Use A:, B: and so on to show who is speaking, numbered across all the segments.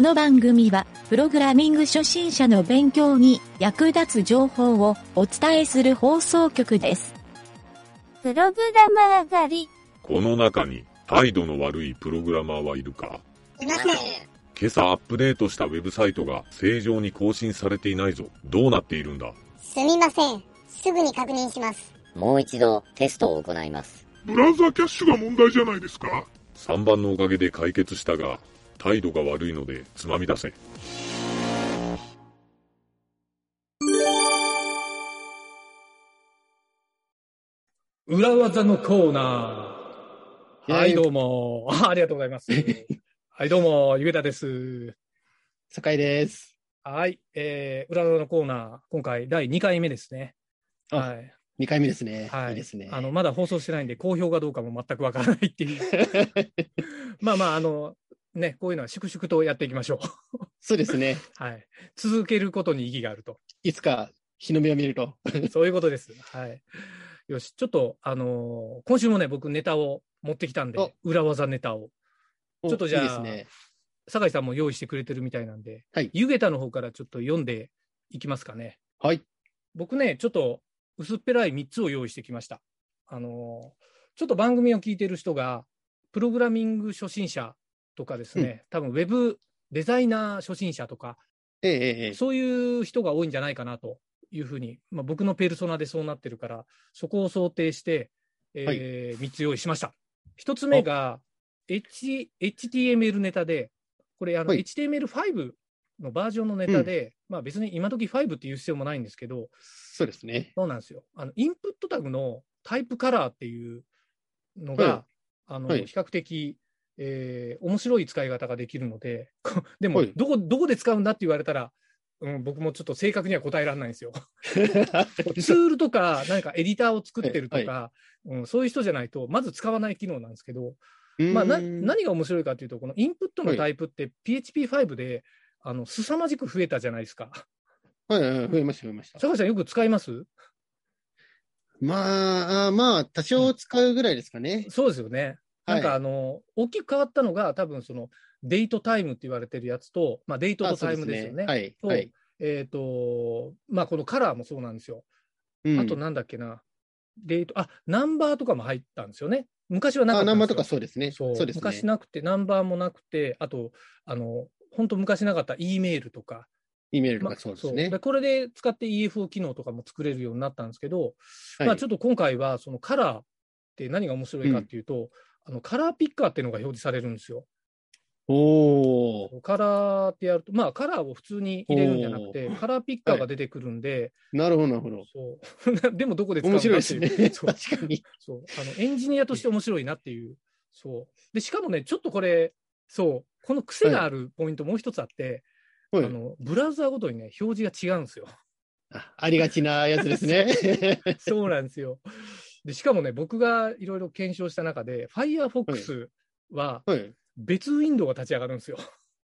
A: の番組は、プログラミング初心者の勉強に役立つ情報をお伝えする放送局です。
B: プログラマー狩り。
C: この中に態度の悪いプログラマーはいるか
D: いません。
C: 今朝アップデートしたウェブサイトが正常に更新されていないぞ。どうなっているんだ
D: すみません。すぐに確認します。
E: もう一度テストを行います。
F: ブラウザーキャッシュが問題じゃないですか
C: ?3 番のおかげで解決したが、態度が悪いのでつまみ出せ。
G: 裏技のコーナー。はい、どうも。 あありがとうございます。 はい、どうも、ゆげたです。
H: 酒井です。
G: はい、えー、裏技のコーナー、今回第2回目ですね。
H: あ
G: はい。
H: 2回目ですね。
G: はい
H: い、いですね。
G: あの、まだ放送してないんで、好評かどうかも全くわからないっていう。まあまあ、あの、ね、こういうのは粛々とやっていきましょう。
H: そうですね。
G: はい。続けることに意義があると。
H: いつか日の目を見ると。
G: そういうことです。はい。よし、ちょっと、あのー今週もね、僕ネタを持ってきたん
H: お
G: で、裏技ネタを。
H: お
G: ちょっとじゃあ
H: いいですね。
G: 酒井さんも用意してくれてるみたいなんで、
H: はい
G: 湯桁の方からちょっと読んでいきますかね。
H: はい。
G: 僕ね、ちょっと薄っぺらい3つを用意してきました。あのーちょっと番組を聞いてる人が、プログラミング初心者とかですね、多分ウェブデザイナー初心者とか、
H: ええええええ
G: そういう人が多いんじゃないかなというふうに、まあ、僕のペルソナでそうなってるから、そこを想定して、え3つ用意しました。1つ目が、H、HTML ネタで、これあの、
H: はい
G: HTML5 のバージョンのネタで、まあ、別に今時5っていう必要もないんですけど、
H: そうですね。
G: そうなんですよあのインプットタグのタイプカラーっていうのが、
H: は
G: あの
H: はい
G: 比較的、えー面白い使い方ができるので、 こでも、
H: はい
G: どこどこで使うんだって言われたら、うん、僕もちょっと正確には答えられないんですよ。 ツールとか、何かエディターを作ってるとか、うん、そういう人じゃないと、まず使わない機能なんですけど、まあ、な
H: うん
G: 何が面白いかというと、このインプットのタイプって、PHP5 で、あの凄まじく増えたじゃないですか。
H: はいはいはい増えました、増えました。
G: 坂井さん、よく使います
H: まあ、あーまあ、多少使うぐらいですかね。
G: そうですよね。
H: は
G: ないんかあの、大きく変わったのが、多分そのデートタイムって言われてるやつと、まあ、デート
H: あ
G: と
H: そう
G: タイムですよね。
H: はい。
G: と
H: はい。
G: えっ、と、まあ、このカラーもそうなんですよ。
H: うん
G: あと、なんだっけな、デート、あナンバーとかも入ったんですよね。昔はなか
H: あ
G: った
H: ナ
G: ん
H: ン
G: です
H: バ
G: よ
H: ーとかそうですね。
G: そう
H: そうですね。
G: 昔なくて、ナンバーもなくて、あと、あの、本当昔なかった E メールとか、
H: イメールと
G: ま
H: かそうですね。
G: でこれで使って EFO 機能とかも作れるようになったんですけど、
H: はい
G: まあ、ちょっと今回はそのカラーって何が面白いかっていうと、あのカラーピッカーっていうのが表示されるんですよ。
H: おー
G: カラーってやると、まあカラーを普通に入れるんじゃなくて、カラーピッカーが出てくるんで、
H: なるほど、なるほど。
G: そう でもどこで使うんだ
H: 面
G: って
H: 白いですね。
G: いう
H: 確
G: そ
H: か
G: う
H: に。
G: そうあのエンジニアとして面白いなっていう。そうでしかもね、ちょっとこれ、そう、この癖があるポイントもう一つあって、
H: はい
G: あのブラウザーごとにね、表示が違うんですよ。
H: あありがちなやつで すね。
G: そうなんですよ。でしかもね、僕がいろいろ検証した中で、Firefox は
H: はい。
G: 別ウィンドウが立ち上がるんですよ。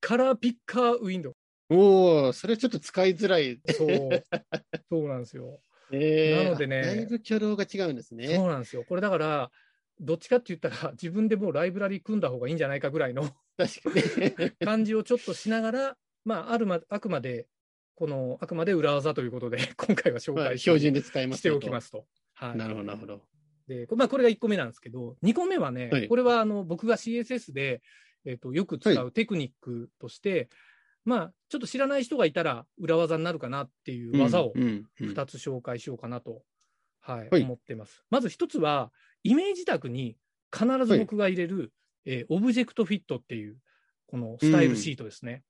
G: カラーピッカーウィンドウ。
H: おーそれちょっと使いづらい
G: そう。そうなんですよ。
H: えー
G: なのでね
H: あだいぶ挙動が違うんです
G: そ
H: ね。
G: うなんですよ。これだから、どっちかって言ったら、自分でもうライブラリ組んだ方がいいんじゃないかぐらい の
H: 確かに。
G: 感じをちょっとしながら、まあ、あるま、あくまで、この、あくまで裏技ということで、今回は紹
H: まあ
G: 介
H: 標準で使います。
G: しておきますすと。はい。
H: なるほど、なるほど。
G: で、こまあ、これが1個目なんですけど、2個目はね、
H: はい
G: これはあの僕が CSS で、えっとよく使
H: は
G: うテクニックとして、まあ、ちょっと知らない人がいたら裏技になるかなっていう技を
H: うんうんうん
G: 2つ紹介しようかなと、はい
H: はい
G: 思ってます。まず1つは、イメージタグに必ず僕が入れる、えーオブジェクトフィットっていう、このスタイルシートですね。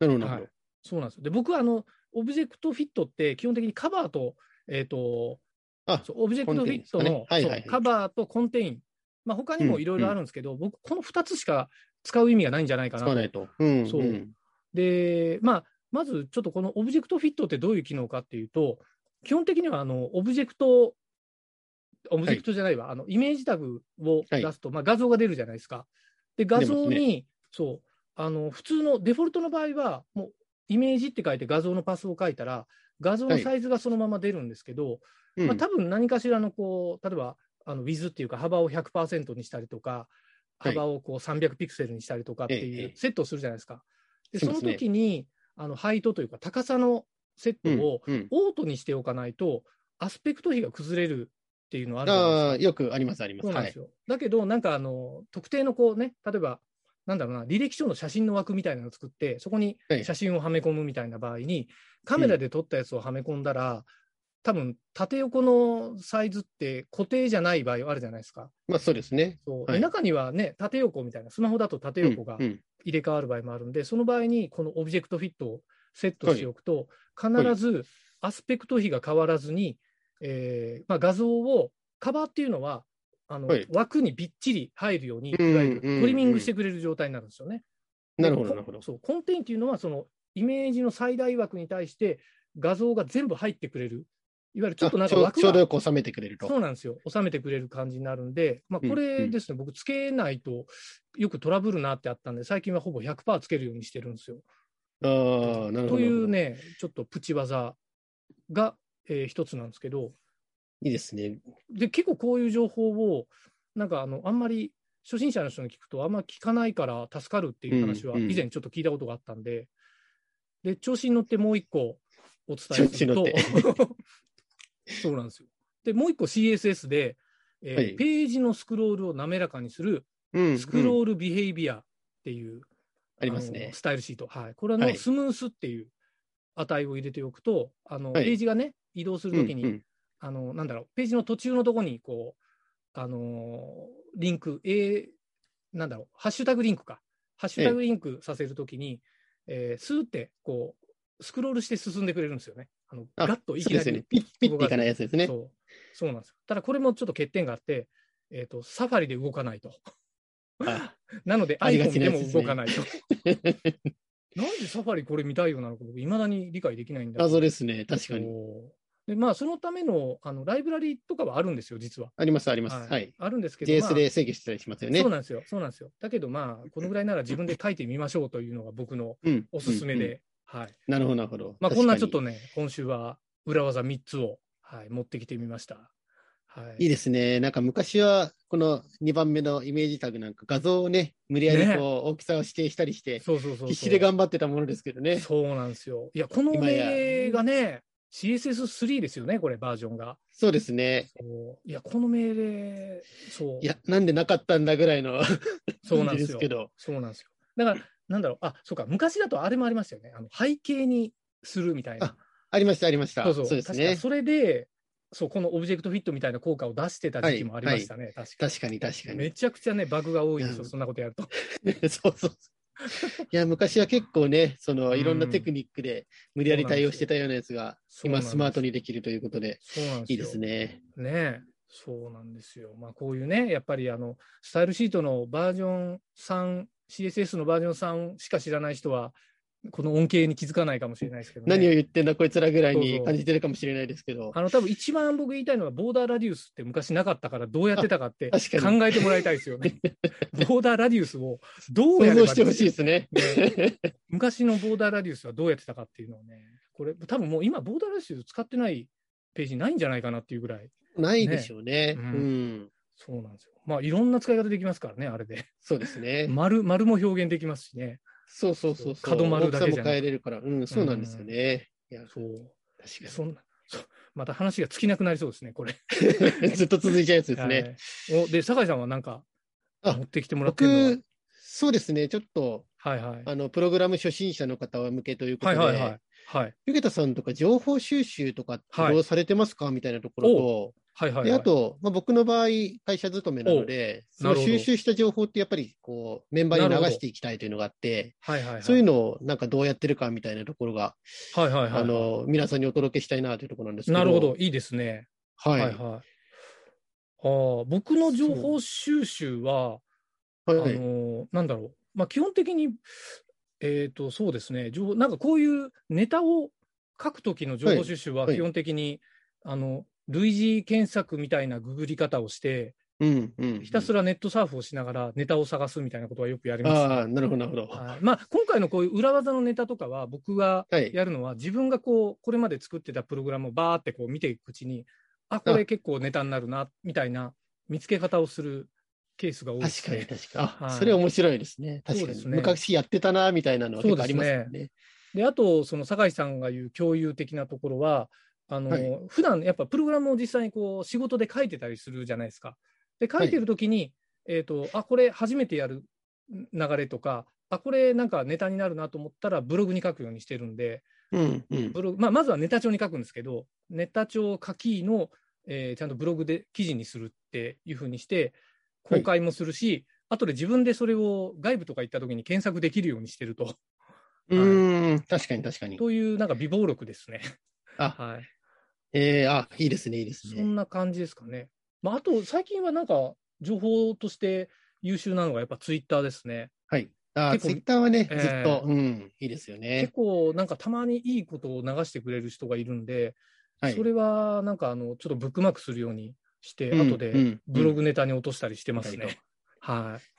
H: なるほど、な
G: は
H: る
G: い、そうなんですよ。で、僕はあの、オブジェクトフィットって基本的にカバーと、えっ、と、
H: あ
G: そうオブジェクトフィットの、
H: コンテンツかねはいはいはい
G: そうカバーとコンテイン、まあ、他にもいろいろあるんですけど、僕、この2つしか使う意味がないんじゃないか
H: ほど。
G: な
H: 使
G: と。
H: わないと。うん
G: そうんで、まあ、まずちょっとこのオブジェクトフィットってどういう機能かっていうと、基本的にはあのオブジェクト、オブジェクトじゃないわ、あのイメージタグを出すと、まあ、画像が出るじゃないですか。で、画像
H: 出
G: に、そうあの、普通のデフォルトの場合は、もうイメージって書いて画像のパスを書いたら、画像のサイズがそのまま出るんですけど、
H: うん
G: まあ、多分何かしらのこう、例えばあの Wiz っていうか、幅を100%にしたりとか、
H: はい
G: 幅をこう300ピクセルにしたりとかって
H: ええ
G: い
H: え
G: う
H: え
G: セットをするじゃないですか。で、
H: そ
G: そ
H: うで
G: の
H: すね
G: 時に、あの、ハイトというか高さのセット
H: うん
G: を
H: うん
G: オートにしておかないと、アスペクト比が崩れるっていうのはあるじゃないですか
H: ああ、よくあります、ありま
G: そ
H: す。
G: うなん
H: は
G: で
H: い
G: す。よ。だけど、なんかあの、特定のこうね、例えば、なんだろうな、履歴書の写真の枠みたいなのを作って、そこに
H: はい
G: 写真をはめ込むみたいな場合に、カメラで撮ったやつをはめ込んだら、多分縦横のサイズって固定じゃない場合あるじゃないですか。
H: まあ、そうですね。
G: そう
H: はい
G: で中にはね、縦横みたいな、スマホだと縦横が
H: うんうん
G: 入れ替わる場合もあるんで、その場合にこのオブジェクトフィットをセットしておくと、必ずアスペクト比が変わらずに、えーまあ、画像を、カバーっていうのは、あの
H: はい
G: 枠にびっちり入るように、い
H: うん
G: わゆ
H: うん
G: るトリミングしてくれる状態になるんですよね。
H: なるほど、
G: で
H: なるほど。
G: そうコンテインっていうのは、そのイメージの最大枠に対して、画像が全部入ってくれる、いわゆるちょっとなんか
H: あちょ
G: 枠
H: ちょうど
G: が
H: よく収めてくれると。
G: そうなんですよ。収めてくれる感じになるんで、ま
H: う
G: あ、
H: ん
G: これですね、僕、つけないとよくトラブルなってあったんで、最近はほぼ100%つけるようにしてるんですよ。
H: ああ、なるほど。
G: という。ね、ちょっとプチ技が、えー一つなんですけど、
H: いいですね。
G: で、結構こういう情報を、なんかあの、あんまり初心者の人に聞くと、あんま聞かないから助かるっていう話は、
H: うんうん
G: 以前ちょっと聞いたことがあったんで、で、調子に乗ってもう一個お伝えする
H: 調
G: と
H: 子に、
G: そうなんですよ。で、もう一個 CSS で、えー
H: はい
G: ページのスクロールを滑らかにする、
H: うん。
G: スクロ
H: うん
G: ールビヘイビアっていう、
H: あります
G: あの
H: ね。
G: スタイルシート。はい。これ
H: は
G: の
H: い
G: スムースっていう値を入れておくと、あの、
H: はい
G: ページがね、移動するときに、
H: うんうん
G: あの、なんだろう、ページの途中のとこに、こう、あのーリンク、えーなんだろう、ハッシュタグリンクか。ハッシュタグリンクさせるときに、えースーって、こう、スクロールして進んでくれるんですよね。あの、
H: あ
G: ガッとい
H: そ
G: き
H: うで
G: な
H: すよね
G: り。。
H: ピッ、ピッていかないやつですね
G: そ。う。そうなんですよ。ただ、これもちょっと欠点があって、えっ、と、サファリで動かないと。
H: あ
G: なので
H: ありが
G: iPhone
H: ちな
G: で
H: やつ
G: も
H: ですね
G: 動かないと。なんでサファリこれ見たいようなのか僕、いまだに理解できないんだけど
H: 謎ですね。確かに。
G: そうで、まあ、そのためのあのライブラリとかはあるんですよ、実は。
H: あります、あります。はい。
G: あるんですけど、まあ
H: JS で制御してたりしますよね。
G: そうなんですよ、そうなんですよ。だけど、ま あ、このぐらいなら自分で書いてみましょうというのが僕の
H: うん
G: おすすめで、
H: うんうん
G: はい。
H: なるほど、なるほど。
G: まあ、
H: 確か
G: こん
H: に
G: なちょっとね、今週は裏技3つを、はい、持ってきてみました。はい。
H: いいですね。なんか昔は、この2番目のイメージタグなんか画像をね、無理やり
G: ね
H: こう大きさを指定したりして、
G: そうそうそうそう。
H: 必死で頑張ってたものですけどね。
G: そうなんですよ。いや、この
H: 今や
G: 命令がね、CSS3 ですよね、これ、バージョンが。
H: そうですね。
G: そういや、この命令、そう。
H: いや、なんでなかったんだぐらいの
G: そう
H: 感
G: なんで
H: じですす
G: よ
H: け。ど。
G: そうなんですよ。だから、なんだろう、あ、そうか、昔だとあれもありましたよね。あの背景にするみたいな。
H: ありました、ありました。
G: そうそう。
H: です
G: 確
H: ね
G: か。それで、そう、このオブジェクトフィットみたいな効果を出してた時期もありましたね、確かに。
H: 確かに、確かに。
G: めちゃくちゃね、バグが多いんです
H: う
G: よ、
H: ん
G: そんなことやると。
H: そうそうそう。いや、昔は結構ね、その、
G: うん
H: いろんなテクニックで無理やり対応してたようなやつが、
G: そうなん
H: 今
G: ですよ
H: スマートにできるということで、
G: そうなんですよ。
H: いいですね。
G: ねえそうなんですよ。まあ、こういうね、やっぱりあのスタイルシートのバージョン3、CSS のバージョン3しか知らない人は、この恩恵に気づかないかもしれないですけど、ね、
H: 何を言ってんだこいつらぐらい
G: そうそ
H: に
G: う
H: 感じてるかもしれないですけど、
G: あの多分一番僕言いたいのは、ボーダーラディウスって昔なかったから、どうやってたかって考
H: あ確かに
G: えてもらいたいですよ ね。ボーダーラディウスをどうや
H: 想
G: れば
H: 像してほしいですね。
G: ね昔のボーダーラディウスはどうやってたかっていうのをね、これ、多分もう今、ボーダーラディウス使ってないページないんじゃないかなっていうぐらい、
H: ないでしょう
G: ね
H: ね。う
G: うんん。そうなんですよ。まあ、いろんな使い方できますからね、あれで。
H: そうですね。
G: 丸丸も表現できますしね。
H: そうそうそうそう。
G: 角丸だけじゃなく
H: 大きさも変えれるから。うん、そうなんですよね。いや、
G: そう。
H: 確か
G: そんな、そうまた話が尽きなくなりそうですね、これ。
H: に。 ずっと続いちゃうやつですね。
G: はいおで、酒井さんはなんか、
H: あ
G: 持ってきてもらってる
H: 僕、そうですね、ちょっと、
G: のは。はいはい。
H: あの、プログラム初心者の方向けということ
G: は
H: で、
G: いはいはい。はい
H: ゆげたさんとか情報収集とかって
G: はい
H: どうされてますか、みたいなところと、
G: はいはいはい。
H: であと、まあ、僕の場合、会社勤めなので、そ
G: おうな
H: の
G: るほど
H: 収集した情報ってやっぱりこうメンバーに
G: なるほ
H: 流
G: ど
H: していきたいというのがあって、
G: はいはいはい、
H: そういうのをなんかどうやってるかみたいなところが、
G: はいはいはい。
H: あの皆さんにお届けしたいなというところなんですけど。
G: なるほど、いいですね。
H: は。
G: はいい
H: は
G: はいい。ああ僕の情報収集は、あのなんだろう、まあ、基本的に、えー、とそうですね情報、なんかこういうネタを書くときの情報収集は、
H: はい
G: 基本的に、あの類似検索みたいなググり方をして、
H: うんうん、
G: ひたすらネットサーフをしながらネタを探すみたいなことはよくやります、
H: ああ、なるほど、なるほど。は
G: はいまあ、今回のこういう裏技のネタとかは、僕が
H: い。
G: やるのは、自分がこうこれまで作ってたプログラムをバーってこう見ていくうちに、あこれ結構ネタになるなみたいな見つけ方をするケースが多いです
H: 確
G: ね
H: かに確かに。あ、
G: はい
H: それ面白いですね。確
G: そう
H: か
G: で
H: に。
G: すね
H: 昔やってたな、みたいなのは結構ありますよね。
G: で、あと、その酒井さんが言う共有的なところは、あの、
H: はい
G: 普段やっぱプログラムを実際にこう仕事で書いてたりするじゃないですか。で、書いてるときに、えっ、と、あ、これ初めてやる流れとか、あ、これなんかネタになるなと思ったらブログに書くようにしてるんで、
H: うん、うん。
G: ブログ、まあ、まずはネタ帳に書くんですけど、ネタ帳を書きの、えーちゃんとブログで記事にするっていうふうにして、公開もするし、後で自分でそれを外部とか行った時に検索できるようにしてると。
H: うーん、確かに確かに。
G: という、なんか美貌録ですね。
H: あ、
G: はい。
H: えー、あ、いいですね、いいです
G: そ
H: ね。
G: んな感じですかね。まあ、あと、最近はなんか、情報として優秀なのがやっぱツイッターですね。
H: はい。あ、
G: 結構
H: ツイッターはね、ず
G: え
H: っ
G: ー
H: と、うん、いいですよね
G: 結。構、なんかたまにいいことを流してくれる人がいるんで、
H: はい。
G: それはなんか、あの、ちょっとブックマークするようにして、
H: うん
G: 後
H: う
G: で
H: ん
G: ブログネタに落としたりしてます
H: うん
G: ね。はい。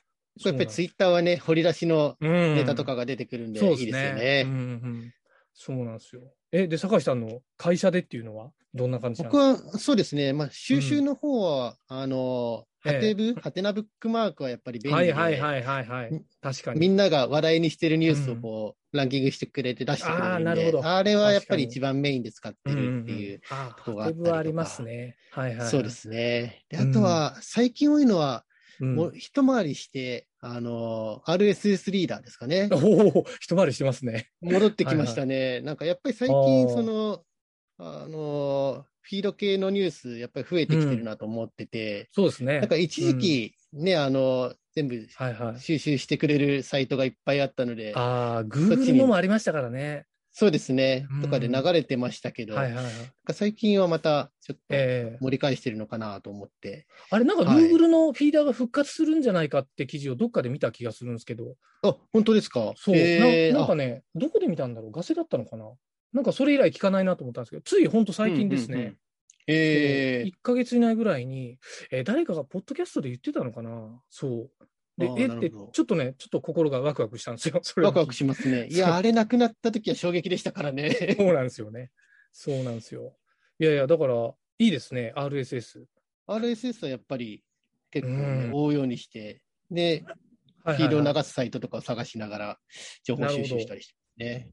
H: やっぱりツ
G: イ
H: イッターはね、掘り出しの
G: ネ
H: ネタとかが出てくるんで、
G: そう
H: いい
G: で
H: ですすよ
G: ね。うんう
H: ね。
G: んそうなんですよ。え、で、坂井さんの会社でっていうのは、どんな感じなん
H: 僕
G: ですか
H: は、そうですね、まあ、収集の方は、あの、
G: ええ
H: ハテブ、ハテナブックマークはやっぱり便利
G: は
H: で、
G: いはいはいはいはい。確かに。
H: みんなが話題にしてるニュースをこう、ランキングしてくれて出してくれるんで、
G: あ
H: あ
G: ーなるほど
H: れはやっぱ
G: 確かに
H: り一番メインで使ってるっていう。
G: あ
H: とこがあったり
G: ハテブ
H: とか
G: はありますね。はいはい。
H: そうで。すね。で、
G: う
H: あ
G: ん
H: とは、最近多いのは、
G: うん、
H: も
G: お
H: う一回りして、あの、RSS リーダーですかね。
G: お、一回りしてますね。
H: 戻ってきましたね。なんかやっぱり最近、
G: あー
H: その、あの、フィード系のニュース、やっぱり増えてきてるなと思ってて、
G: そうですね。
H: なんか一時期ね、あの、全部
G: はいはい。
H: 収集してくれるサイトがいっぱいあったので、
G: ああ、
H: そっち
G: Google
H: に
G: のもありましたからね。
H: そうですね
G: うん、
H: とかで流れてましたけど、
G: はいはいはい。
H: なんか最近はまたちょっと
G: ええ
H: 盛り返してるのかなと思って。
G: あれ、なんか
H: はい
G: Google のフィーダーが復活するんじゃないかって記事をどっかで見た気がするんですけど、
H: あ、本当ですか
G: そう、
H: えー
G: ななんか
H: あ
G: ね、どこで見たんだろうガセだったのかななんかそれ以来聞かないなと思ったんですけど、ついほんと最近ですね。
H: うんうんうんえー
G: 1ヶ月以内ぐらいに、えー誰かがポッドキャストで言ってたのかなそう。で
H: あ、ー
G: え
H: な
G: っ
H: る
G: て、
H: ほど
G: ちょっとね、ちょっと心がワクワクしたんですよ。 それを
H: ワクワクしますね。い
G: そう
H: や、あれなくなった時は衝撃でしたからね。
G: そうなんですよね。そうなんですよ。いやいや、だから、いいですね、RSS。
H: RSS はやっぱり結構、
G: う
H: ね
G: ん、
H: 追うようにして、で、
G: は
H: フ
G: い
H: ィードを
G: はいはい
H: 流すサイトとかを探しながら情報収集したりしてますね。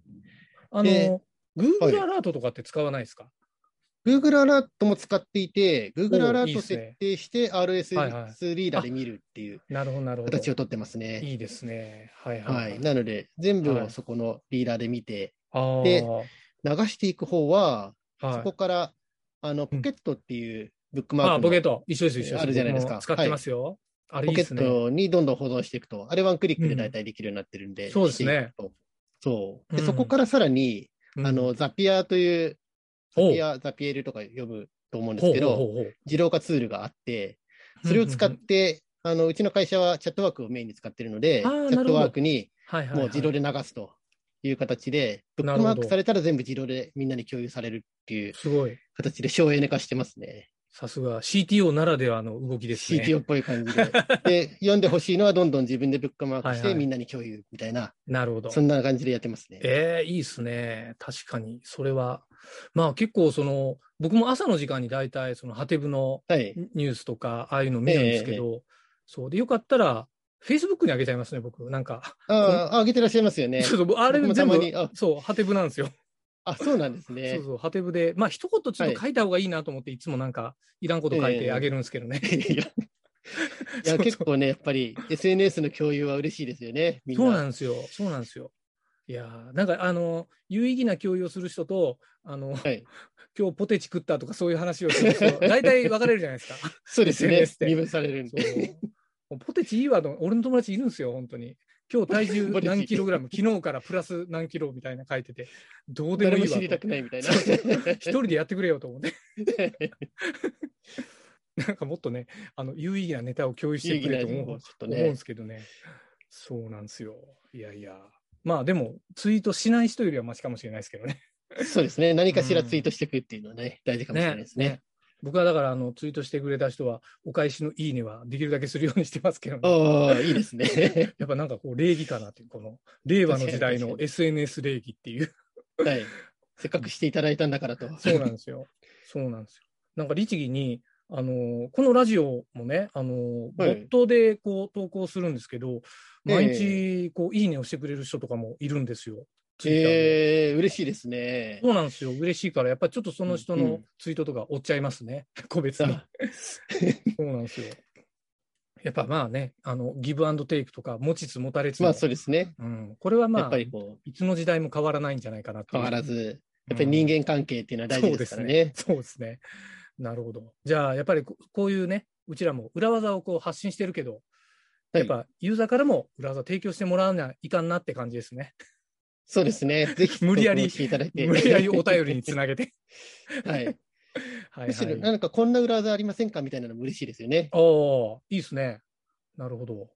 G: あ
H: え
G: の、
H: は
G: Google
H: い
G: アラートとかって使わないですか
H: Google アラートも使っていて、Google
G: お
H: アラ
G: い
H: ー
G: いっ
H: ト
G: すね
H: 設定して
G: はいはい
H: RSS リーダーで見るっていう
G: なるほど、なるほど。
H: 形をとってますね。
G: いいですね。はいはい。
H: はい。なので、全部
G: は
H: を
G: い
H: そこのリーダーで見て、
G: あー
H: で流していく方は、そ
G: はい
H: こ。から、あの、ポケットっていうブックマー
G: あ、
H: ク
G: ポ
H: の
G: ケット、一緒です、一緒です。
H: あるじゃないですか
G: 僕も使ってますよ。あれい
H: ポ
G: い
H: ケ
G: です
H: ッ
G: ね。
H: トにどんどん保存していくと、あれワンクリックで大体できるようになってるんで、
G: うんそうですね
H: していくと。そう。で、
G: うん
H: そこからさらに、
G: うん
H: あ、の、ザピアという、ザ
G: ほう
H: ピア、ザピエルとか呼ぶと思うんで
G: ほ
H: す
G: う
H: け
G: ほう
H: ど、
G: ほうほう。
H: 自動化ツールがあって、それを使って、あの、うちの会社はチャットワークをメインに使ってるので、チ
G: あー
H: ャットワークに
G: はいはいはい、
H: もう自動で流すという形で、ブ
G: な
H: ッ
G: るほど
H: クマークされたら全部自動でみんなに共有されるっていう
G: すごい。
H: 形で省エネ化してますね。
G: さすが CTO ならではの動きですね。
H: CTO っぽい感じで。で、読んでほしいのはどんどん自分でブックマーク
G: は
H: し
G: い
H: て
G: はい
H: みんなに共有みたいな、
G: なるほど。
H: そんな感じでやってますね。
G: ええいいですね。確かに。それは。まあ結構その、僕も朝の時間に大体そのハテブの
H: はい。
G: ニュースとか、ああいうの見るんですけ
H: ええ
G: ど、そう。で、よかったら、Facebook に上げちゃいますね、僕。なんか。
H: ああ、あげてらっしゃいますよ ね。
G: ちょっとあれ
H: 僕も
G: 全
H: たま
G: 部
H: にあ、
G: そう、ハテブなんですよ。
H: あ、そうなんです
G: そ
H: ね
G: う。そう、ハテブで。まあ一言ちょっと書いた方がいいなと思って、いつもなんか、いらんこと書いてあげるんですけどね。
H: いやい
G: そう
H: や、
G: そう
H: 結構ね、やっぱり SNS の共有は嬉しいですよね、 みん
G: そうな
H: な。
G: んですよ。そうなんですよ。いやーなんかあの、有意義な共有をする人と、あの、
H: はい
G: 今日ポテチ食ったとかそういう話をする 人、大体分かれるじゃないですか。
H: そうですね
G: SNS。で
H: 身分されるん
G: そう
H: で。
G: もうポテチいいわと、俺の友達いるんですよ、本当に。今日体重何キログラム、昨日からプラス何キロみたいな書いてて、どうでも
H: 誰
G: いい
H: も
G: わ
H: 知りた
G: と
H: くないみ たいな。
G: 一人でやってくれよと 思って。なんかもっとね、あの有意義なネタを共有してくれと思う
H: 有意義なネタをちょっと
G: 思
H: ね
G: うんですけどね。そうなんですよ。いやいや。まあでも、ツイートしない人よりはマシかもしれないですけどね。
H: そうですね。何かしらツイートしていくっていうのはね、大事かもしれないですね。
G: 僕はだからあのツイートしてくれた人は、お返しのいいねはできるだけするようにしてますけどね。
H: ああ、いいですね。
G: やっぱなんかこう礼儀かなっていう、この令和の時代
H: 確かに
G: の
H: 確か
G: SNS 礼儀っていう。
H: はい。せっかくしていただいたんだからと。
G: そうなんですよ。そうなんですよ。なんか律儀に、あのこのラジオもね、あのボ
H: はい
G: ットでこう投稿するんですけど、
H: ええ
G: 毎日こういいねをしてくれる人とかもいるんですよ、ツイッターで。
H: えー、嬉しいですね。
G: そうなんですよ、嬉しいから、やっぱりちょっとその人
H: うんう
G: の
H: ん
G: ツイートとか追っちゃいますね、 個別に。
H: さ
G: そうなんですよ。やっぱまあね、あのギブアンドテイクとか、持ちつ持たれつ
H: あ、
G: の、
H: まあそうですね。
G: うん、これはまあ、
H: やっぱりこう、
G: いつの時代も変わらないんじゃないかなと
H: 変わらず、やっぱり人間関係っていうのは大事ですからね。
G: そうですね。なるほど。じゃあ、やっぱりここういうね、うちらも裏技をこう発信してるけど、
H: は
G: や
H: い
G: っぱユーザーからも裏技提供してもらわないかんなって感じですね。
H: そうですね。ぜひ、
G: 無理やり
H: 投稿していただいて。
G: 無理やりお便 りにつなげて。
H: はい。
G: はい
H: むしろ、
G: は。
H: ないんかこんな裏技ありませんかみたいなのも嬉しいですよね。
G: おーいいですね。なるほど。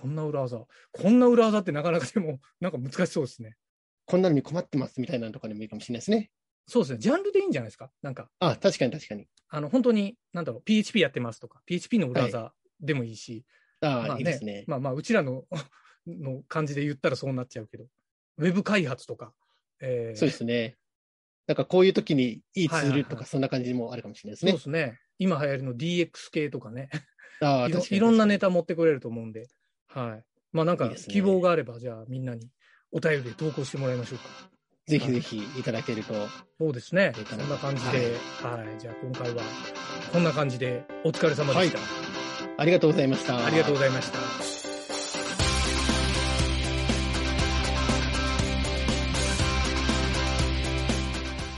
G: こんな裏技。こんな裏技ってなかなかでも、 なんか難しそうですね。
H: こんなのに困ってますみたいなのとかでもいいかもしれないですね。
G: そうですね。ジャンルでいいんじゃないですか。なんか、
H: あ、確かに確かに。
G: あの、本当に、なんだろう、PHP やってますとか、PHP の裏技でもいいし、
H: あ、
G: まあ
H: いいですね。
G: まあまあ、うちらの の感じで言ったらそうなっちゃうけど、ウェブ開発とか、えー
H: そうですね。なんかこういう時にいいツ
G: はい
H: ー
G: はいは
H: ル
G: い
H: とか、そんな感じもあるかもしれない
G: そ
H: です
G: う
H: ね
G: で。すね。今流行りの DX 系とかね、
H: あ
G: いろ
H: ー確かに
G: いろんなネタ持ってくれると思うんで、はい。まあなん
H: い
G: か
H: いですね
G: 希望があれば、じゃあみんなにお便りで投稿してもらいましょうか。
H: ぜひぜひいただけると。
G: そうですね。
H: いいか
G: そ
H: なん
G: な感じで、はい、じゃあ今回はこんな感じでお疲れ様でした。
H: ありがとうございました。
G: ありがとうございました。